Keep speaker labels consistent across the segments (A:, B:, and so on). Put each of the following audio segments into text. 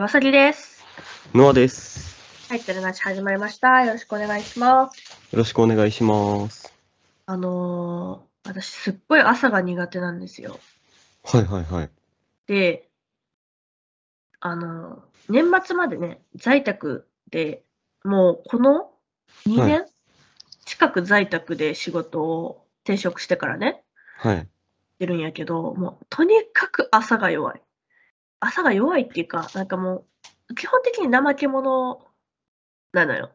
A: わさぎです。
B: ノアです。
A: タイトルなし始まりました。よろしくお願いします。
B: よろしくお願いします。
A: あのー、私すっごい朝が苦手なんですよ。
B: はいはいはい。
A: で、あのー、年末までね、在宅で、もうこの2年近く在宅で仕事を転職してからね、
B: はい。
A: ってるんやけど、もうとにかく朝が弱い。朝が弱いっていうか、なんかもう、基本的に怠け者なのよ。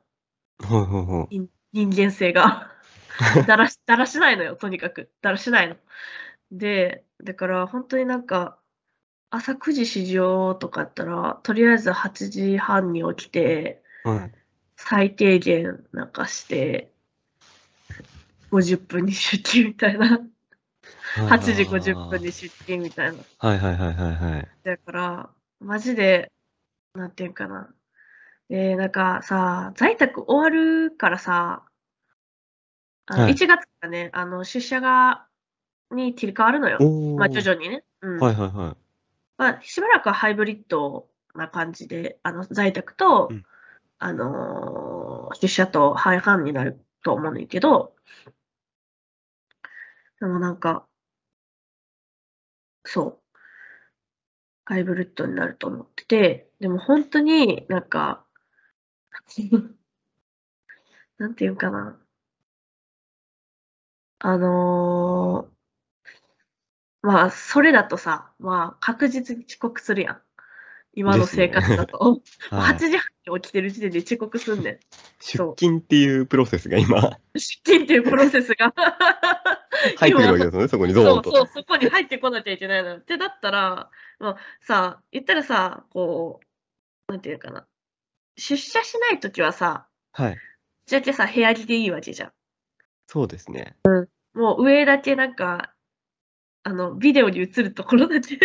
B: はいはいは
A: 人間性がだらしだらしないのよとにかくだらしないの。でだから本当になんか朝9時始業とかだったらとりあえず8時半に起きて
B: い。はい。
A: 最低限なんかして50分に出勤みたいな8時50分に。出勤みたいな。
B: はいはいはいはいはい。
A: だから、マジで、なんていうんかな。で、なんかさ、在宅終わるからさ、あの
B: はい
A: 1月からね、あの出社がに切り替わるのよ。
B: おー。
A: まあ、徐々にね。うん
B: はいはいは
A: まあ、しばらくはハイブリッドな感じで、あの在宅と、
B: うん
A: あのー出社と半々になると思うねんだけど、でもなんか、そう、ハイブリッドになると思ってて、でも本当になんか、 なんていうんかな。あのー、まあ、それだとさ、まあ、確実に遅刻するやん。今の生活だと。
B: い。
A: 8
B: はい、
A: 時半に起きてる時点で遅刻すん ね
B: 出勤っていうプロセスが今、
A: ん。出勤っていうプロセスが。
B: 入ってるわけですよね、そこにゾー
A: そ
B: ン
A: うそ
B: と
A: う。、そこに入ってこなきゃいけないのよ。ってだったら、まあ、さ、言ったらさ、こう、なんていうかな。出社しないときはさ、
B: はい。
A: じゃけさ、部屋着でいいわけじゃん。
B: そうですね。
A: もう上だけなんか、あの、ビデオに映るところだけ、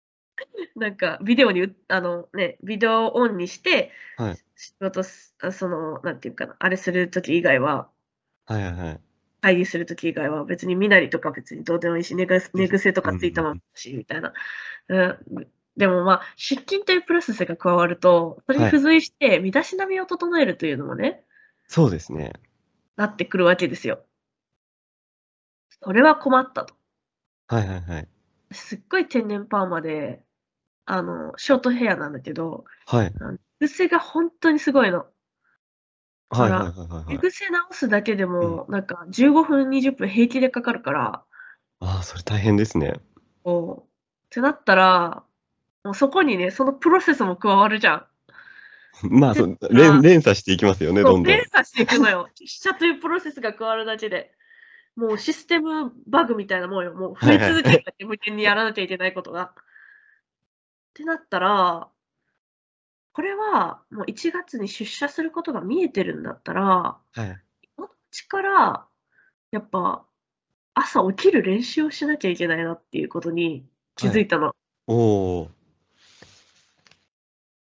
A: なんか、ビデオにう、あのね、ビデオをオンにして、
B: はい
A: 仕事す、あその、なんていうかな、あれするとき以外は、
B: はいはいはい。
A: 会議するとき以外は別に身なりとか別にどうでもいいし、寝ぐ寝癖とかついたままだし、みたいな。うん、でもまあ、出勤というプロセスが加わると、それに付随して身だしなみを整えるというのもね、
B: そうですね。
A: なってくるわけですよ。それは困ったと。
B: はいはいはい。
A: すっごい天然パーマで、あの、ショートヘアなんだけど、
B: はい。
A: 寝癖が本当にすごいの。
B: はいはいはいはい
A: 寝
B: はい。
A: 癖直すだけでも、なんか15分、20分平気でかかるから、
B: ああ、それ大変ですね。
A: こう、ってなったら、もうそこにね、そのプロセスも加わるじゃん。
B: まあ、そう
A: あー
B: 連連鎖していきますよね、ど
A: そ
B: ん
A: う、
B: どん
A: 連。鎖していくのよ。出社というプロセスが加わるだけで。もうシステムバグみたいなもんよ。もう増え続けて無限にやらなきゃいけないことが。ってなったら、これはもう1月に出社することが見えてるんだったら、
B: はい。
A: このうちから、やっぱ朝起きる練習をしなきゃいけないなっていうことに気づいたの。
B: おー。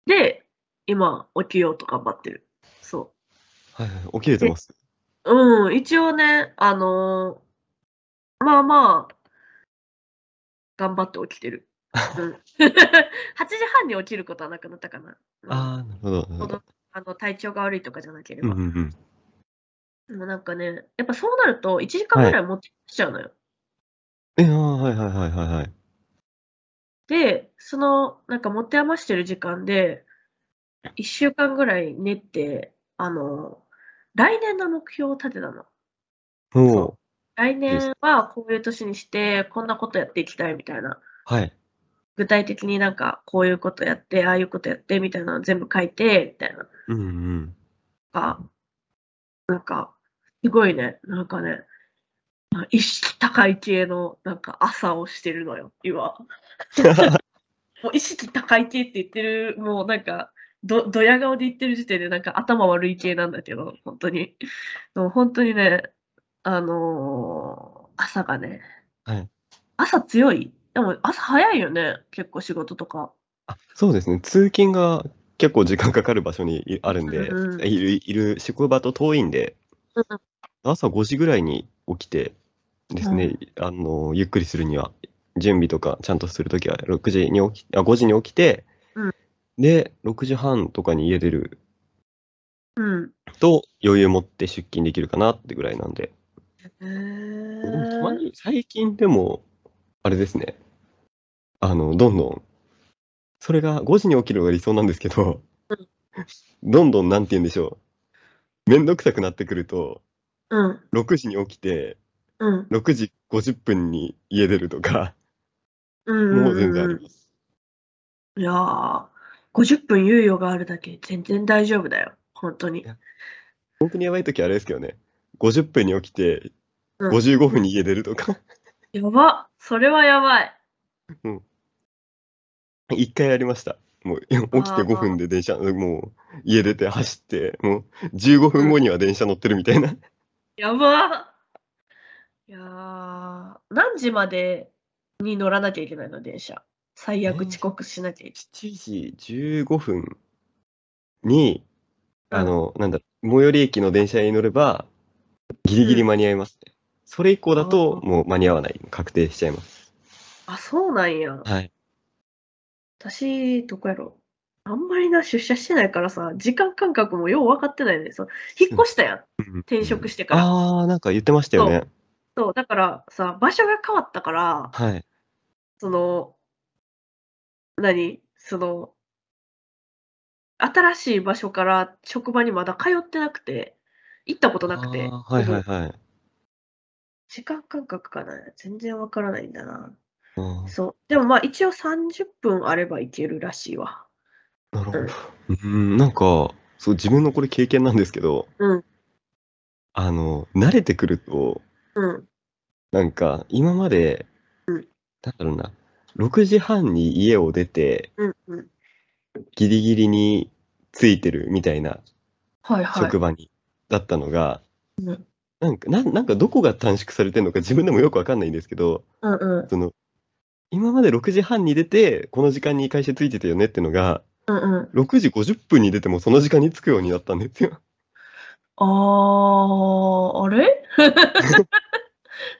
A: で、今起きようと頑張ってる。そう。
B: はいはい。起きれてます。
A: うん、一応ね、あのーまあまあ、頑張って起きてる。 うん、8時半に起きることはなくなったかな。うん
B: ああ、なるほど。なるほど。
A: あの体調が悪いとかじゃなけれ
B: うん
A: ば。
B: うんうん。
A: でもなんかね、やっぱそうなると1時間ぐらい持ってきちゃうのよ。
B: え、ああ、はいはいはいはいはい。
A: で、その、なんか持て余してる時間で、1週間ぐらい練って、あのー来年の目標を立てたの。
B: おお。
A: 来年はこういう年にして、こんなことやっていきたいみたいな。
B: はい。
A: 具体的になんかこういうことやって、ああいうことやってみたいなの全部書いて、みたいなの
B: うんうん。
A: が、なんか、すごいね、なんかね、意識高い系のなんか朝をしてるのよ、 今。もう意識高い系って言ってる、もうなんか、ど、ドヤ顔で言ってる時点でなんか頭悪い系なんだけど、本当に。でも本当にね、あのー朝がね、
B: はい
A: 朝強いでも朝早いよね、結構仕事とか。
B: あ、そうですね。通勤が結構時間かかる場所にいあるんで、
A: うんうん
B: いる、いる、仕事場と遠いんで
A: うん、
B: 朝5時ぐらいに起きてですね、あの、ゆっくりするには、準備とかちゃんとするときは6時に起き、あ、5時に起きて
A: うん、
B: で、6時半とかに家出る
A: うん。
B: と余裕持って出勤できるかなってぐらいなんで。
A: へ
B: でもたま
A: ー
B: に最近でも、あれですね。あの、どんどん、それが5時に起きるのが理想なんですけど、どんどんなんて言うんでしょう。めんどくさくなってくると、
A: うん。
B: 6時に起きて、
A: うん。
B: 6時50分に家出るとか、
A: うん。
B: もう全然あります。
A: いやー、50分猶予があるだけで全然大丈夫だよ。本当に
B: い。や本当にやばい時あれですけどね、50分に起きて、
A: うん
B: 55分に家出るとか、
A: やばそれはやばい。
B: 一回ありました。もう起きて5分で電車、もう家出て走って、もう15分後には電車乗ってるみたいな。
A: やばいやー、何時までに乗らなきゃいけないの、電車。最悪
B: えー
A: 遅刻しなきゃいけ
B: 7時15分に、
A: うん
B: あの、なんだ、最寄り駅の電車に乗れば、ギリギリ間に合いますね。それ以降だと、
A: あ
B: もう間に合わない、確定しちゃいます。
A: ない。あ、そうなんや。
B: はい。
A: 私、どこやろあんまりな、出社してないからさ、時間感覚もよう分かってないね。そう引っ越したやん。転職してから。
B: ああ、なんか言ってましたよね。
A: そう、だからさ、場所が変わったから、
B: はい。
A: その、何その、新しい場所から職場にまだ通ってなくて、行ったことなくて、
B: あーはいはい
A: ほぼ
B: はい。
A: 時間感覚かな全然わからないんだな。
B: あ
A: そう。でもまあ一応30分あれば行けるらしいわ。
B: ーなるほど。うん、なんか、そう、自分のこれ経験なんですけど、
A: うん
B: あの、慣れてくると、
A: うん。
B: なんか、今まで、なんだろうな、6時半に家を出て、
A: うんうん。
B: ギリギリについてるみたいな
A: はいはい。
B: 職場に、だったのが、
A: うん
B: なんかななんかどこが短縮されてるのか自分でもよくわかんないんですけど
A: うんうん。
B: その今まで6時半に出てこの時間に会社ついてたよねってのが
A: うんうん。
B: 6時50分に出てもその時間に着くようになったんですよ。
A: あー、あれ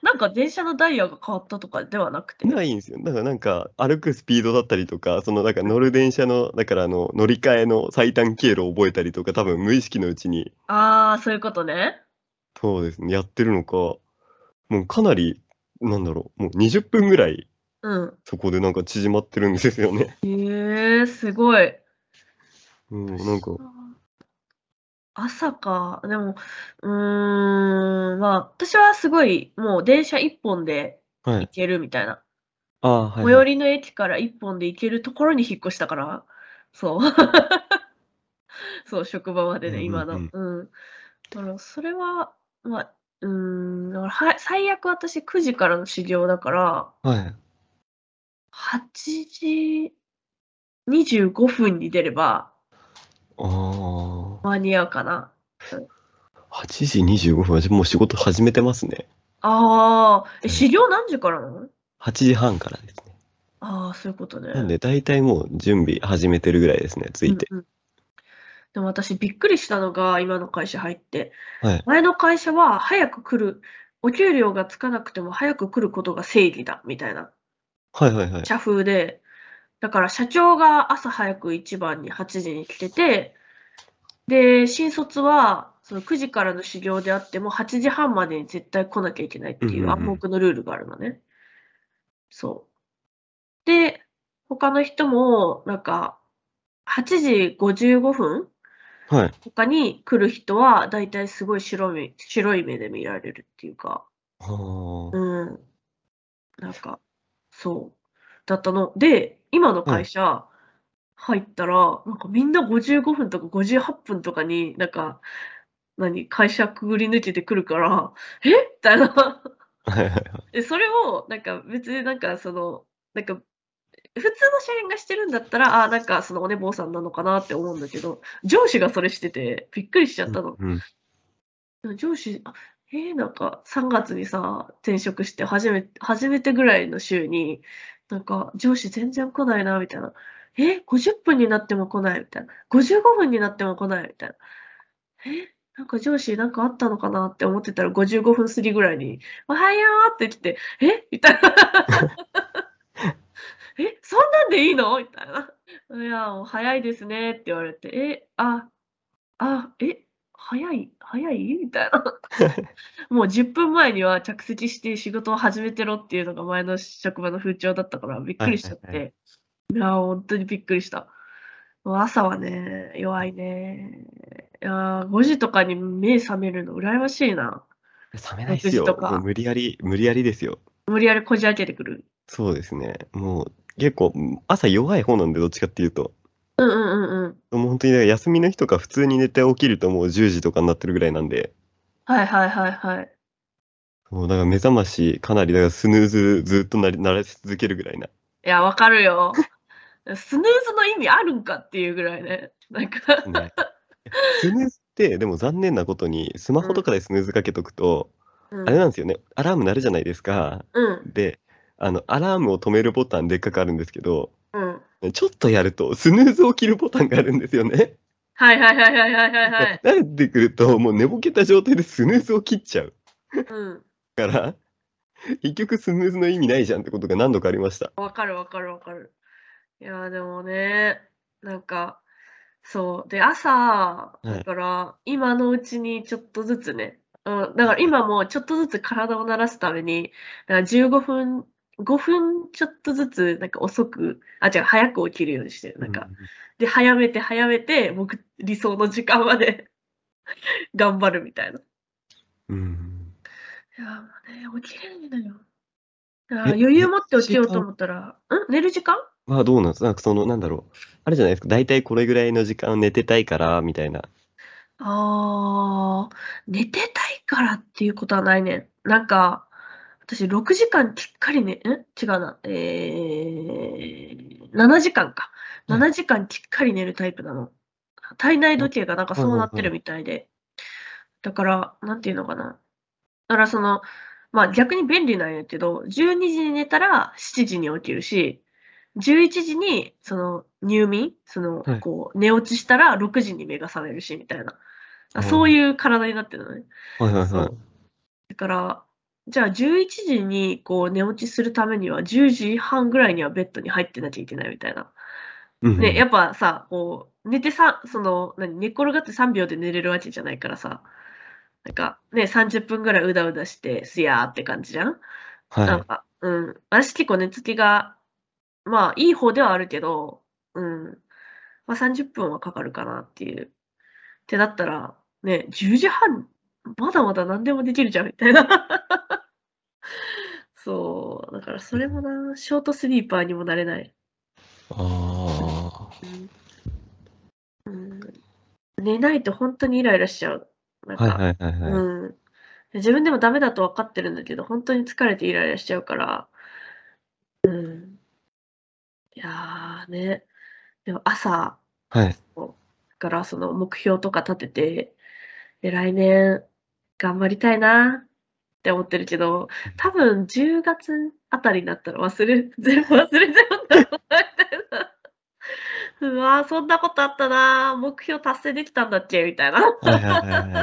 A: なんか電車のダイヤが変わったとかではなくて。
B: ないんですよだからなんか歩くスピードだったりとかそのなんか乗る電車のだからあの乗り換えの最短経路を覚えたりとか多分無意識のうちに
A: あー、そういうことね。
B: そうですねやってるのかもうかなりなんだろうもう20分ぐらい
A: うん。
B: そこでなんか縮まってるんですよ ね。
A: へえー、すごい。
B: うん、なんか
A: 朝か、でも、うーん、まあ、私はすごい、もう電車一本で
B: は
A: 行
B: い。
A: けるみたいな。
B: ああ、はい、
A: 最寄りの駅から一本で行けるところに引っ越したから、そう。 そう、職場までね、
B: うんうんう
A: 今
B: ん
A: の。うん。だから、それは、まあ、うーん、だからは最悪私9時からの始業だから、
B: はい。
A: 8時25分に出れば
B: あ
A: 間に合うかな。
B: あ、8時25分はもう仕事始めてますね。
A: ああ、え
B: うん
A: 始業何時からなの
B: 8時半からですね。
A: ああ、そういうことね。
B: なんで大体もう準備始めてるぐらいですね、ついて。
A: うんうんでも私びっくりしたのが今の会社入って、
B: はい。
A: 前の会社は早く来る、お給料がつかなくても早く来ることが正義だみたいな
B: はいはいはい。
A: 社風で、だから社長が朝早く一番に8時に来てて、で、新卒はその9時からの始業であっても8時半までに絶対来なきゃいけないってい
B: んう
A: うん
B: うん
A: 暗黙のルールがあるのね。そう。で、他の人もなんか8時55分
B: はい。
A: 他に来る人は大体すごい白目白い目で見られるっていうか、
B: あー
A: うん。なんか、そう。だったの。で、今の会社入ったら、なんかみんな55分とか58分とかに、なんか、何、会社くぐり抜けてくるから、えみたいな。
B: はいはいはい。
A: で、それを、なんか別になんかその、なんか、普通の社員がしてるんだったら、あーなんかそのお寝坊さんなのかなって思うんだけど、上司がそれしてて、びっくりしちゃったの。
B: うん。
A: でも上司、あえー、なんか3月にさ、転職して初め、初めてぐらいの週に、なんか上司全然来ないな、みたいな。えー、50分になっても来ない、みたいな。55分になっても来ない、みたいな。えー、なんか上司なんかあったのかなって思ってたら55分過ぎぐらいに、おはようって来て、えみたいな。え、そんなんでいいのみたいな。いやさん、お早いですねって言われて、え、あ、あ、え、早い、早いみたい な。もう10分前には着席して仕事を始めてろっていうのが前の職場の風潮だったからびっくりしちゃっ
B: はいはい
A: て。いや、本当にびっくりした。もう朝はね、弱いね。いやー、5時とかに目覚めるの羨ましいな。
B: 冷めないっす
A: 6
B: よ。
A: 時とか
B: もう無理やり、無理やりですよ。
A: 無理やりこじ開けてくる。
B: そうですね。もう結構、朝弱い方なんで、どっちかっていうと。
A: うんうんうんうん。
B: もう本当にね、休みの日とか普通に寝て起きるともう10時とかになってるぐらいなんで、
A: はいはいはいはい。
B: もうだから目覚まし、かなり、だからスヌーズずっと鳴り鳴らし続けるぐら いな。、
A: いや、わかるよ。 スヌーズの意味あるんかっていうぐらいね。なんか
B: ねスヌーズって、でも残念なことに、スマホとかでスヌーズかけとくと、
A: うん
B: あれなんですよね、アラーム鳴るじゃないですか。
A: うん、
B: で、あの、アラームを止めるボタンでっかくあるんですけど、
A: うん。
B: ちょっとやると、スヌーズを切るボタンがあるんですよね。
A: はいはいはいはいはいはいはい。
B: 慣れてくると、もう寝ぼけた状態でスヌーズを切っちゃう。
A: うん。
B: から、結局スヌーズの意味ないじゃんってことが何度かありました。
A: わかるわかるわかる。いやーでもね、なんか、そう。で、朝、
B: い
A: だから、今のうちにちょっとずつね、うん、だから今もちょっとずつ体を慣らすために、だから15分、5分ちょっとずつ、なんか遅く、あ、違う、早く起きるようにしてる。なんか、で、早めて早めて、僕、理想の時間まで 頑張るみたいな。い
B: うん、
A: やー、まあね、起きれないのよ。あー
B: え
A: 余裕持って起きよう
B: 寝
A: と
B: る時間
A: 思ったら、ん寝る時間
B: まあどうなんですかなんかその、なんだろう。あれじゃないですか。大体これぐらいの時間寝てたいから、みたいな。
A: ああ、寝てたいからっていうことはないね。なんか、私6時間きっかりね、ん違うな。えー、7時間か。
B: うん
A: 7時間きっかり寝るタイプなの。体内時計がなんかそうなってるみたいで。だから、なんていうのかな。だからその、まあ逆に便利なんやけど、12時に寝たら7時に起きるし、11時にその入眠、その
B: はい
A: こう寝落ちしたら6時に目が覚めるしみたいな、
B: うん
A: あそういう体になってるのね。
B: はいはい
A: そ。
B: はいう
A: だから、じゃあ11時にこう寝落ちするためには10時半ぐらいにはベッドに入ってなきゃいけないみたいな。
B: うん
A: ね、や
B: っ
A: っぱさ、こう、寝てさ、その、何、寝っ転がって3秒で寝れるわけじゃないからさ、なんか、ね、30分ぐらいうだうだして、すやーって感じじゃん
B: ぱ、
A: な
B: は
A: ん
B: い、
A: か、うん。私結構寝つきが、まあ、いい方ではあるけど、うん。まあ、30分はかかるかなっていう。ってなったら、ね、10時半、まだまだ何でもできるじゃん、みたいな。 そう。だから、それもな、ショートスリーパーにもなれない。
B: ああ。
A: うん、寝ないと本当にイライラしちゃう。なんか、
B: はいはいはいはい。
A: うん。自分でもダメだと分かってるんだけど、本当に疲れてイライラしちゃうから。うん。いやーね。でも朝
B: はい。
A: からその目標とか立てて、で来年頑張りたいなって思ってるけど、多分10月あたりになったら忘れ、 全部忘れちゃうんだろうな、みたいな。うわーそんなことあったな目標達成できたんだっけみたいな。
B: はいはいはいは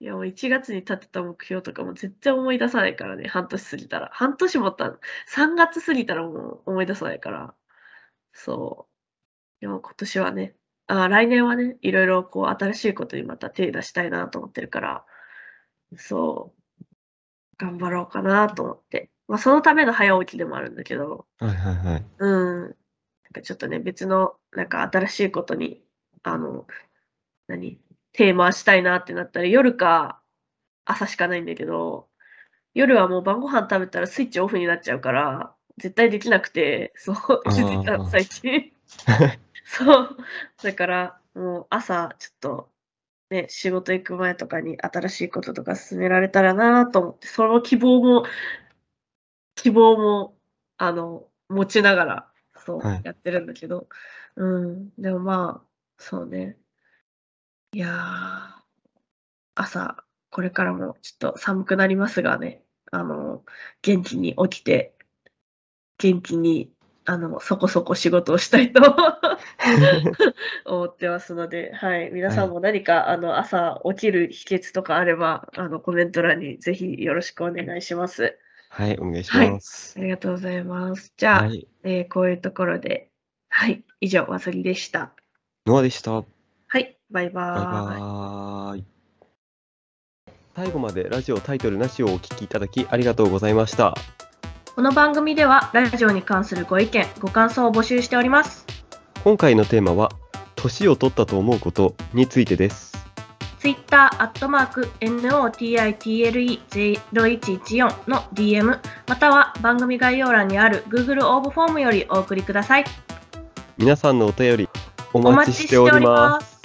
B: い。
A: いやもう1月に立てた目標とかも絶対思い出さないからね、半年過ぎたら。半年もた、3月過ぎたらもう思い出さないから。そう。でも今年はね、あ来年はね、いろいろこう新しいことにまた手出したいなと思ってるから、そう。頑張ろうかなと思って。まあそのための早起きでもあるんだけど、
B: はいはい はい。
A: うん。なんかちょっとね、別の、なんか新しいことに、あの、何、テーマしたいなってなったら、夜か朝しかないんだけど、夜はもう晩ご飯食べたらスイッチオフになっちゃうから、絶対できなくて、そう、
B: あー
A: 気づいた最 近。そう。だから、もう朝、ちょっと、ね、仕事行く前とかに新しいこととか進められたらなと思って、その希望も、希望も、あの、持ちながら、そう
B: はい、
A: やってるんだけど、うん、でもまあ、そうね。いやー、朝、これからもちょっと寒くなりますがね、あの、元気に起きて、元気に、あの、そこそこ仕事をしたいと思ってますので、はい、皆さんも何か、あの、朝起きる秘訣とかあれば、あの、コメント欄にぜひよろしくお願いします。
B: はい、お願いします
A: あ。りがとうございます。じゃあ、
B: はい。
A: えーこういうところで、はい、以上、わさぎでした。
B: ノアでした。
A: はい、バイバー
B: バイ
A: イ。
B: バーイ。最後までラジオタイトルなしをお聞きいただきありがとうございました。
A: この番組では、ラジオに関するご意見、ご感想を募集しております。
B: 今回のテーマは、年を取ったと思うことについてです。
A: Twitter、アットマーク、NOTITLE0114 の DM、または番組概要欄にある Google 応募フォームよりお送りください。
B: 皆さんのお便り、お
A: お
B: 待
A: 待
B: ち
A: ち
B: し
A: してて
B: お
A: お
B: り
A: り
B: ます。
A: ます。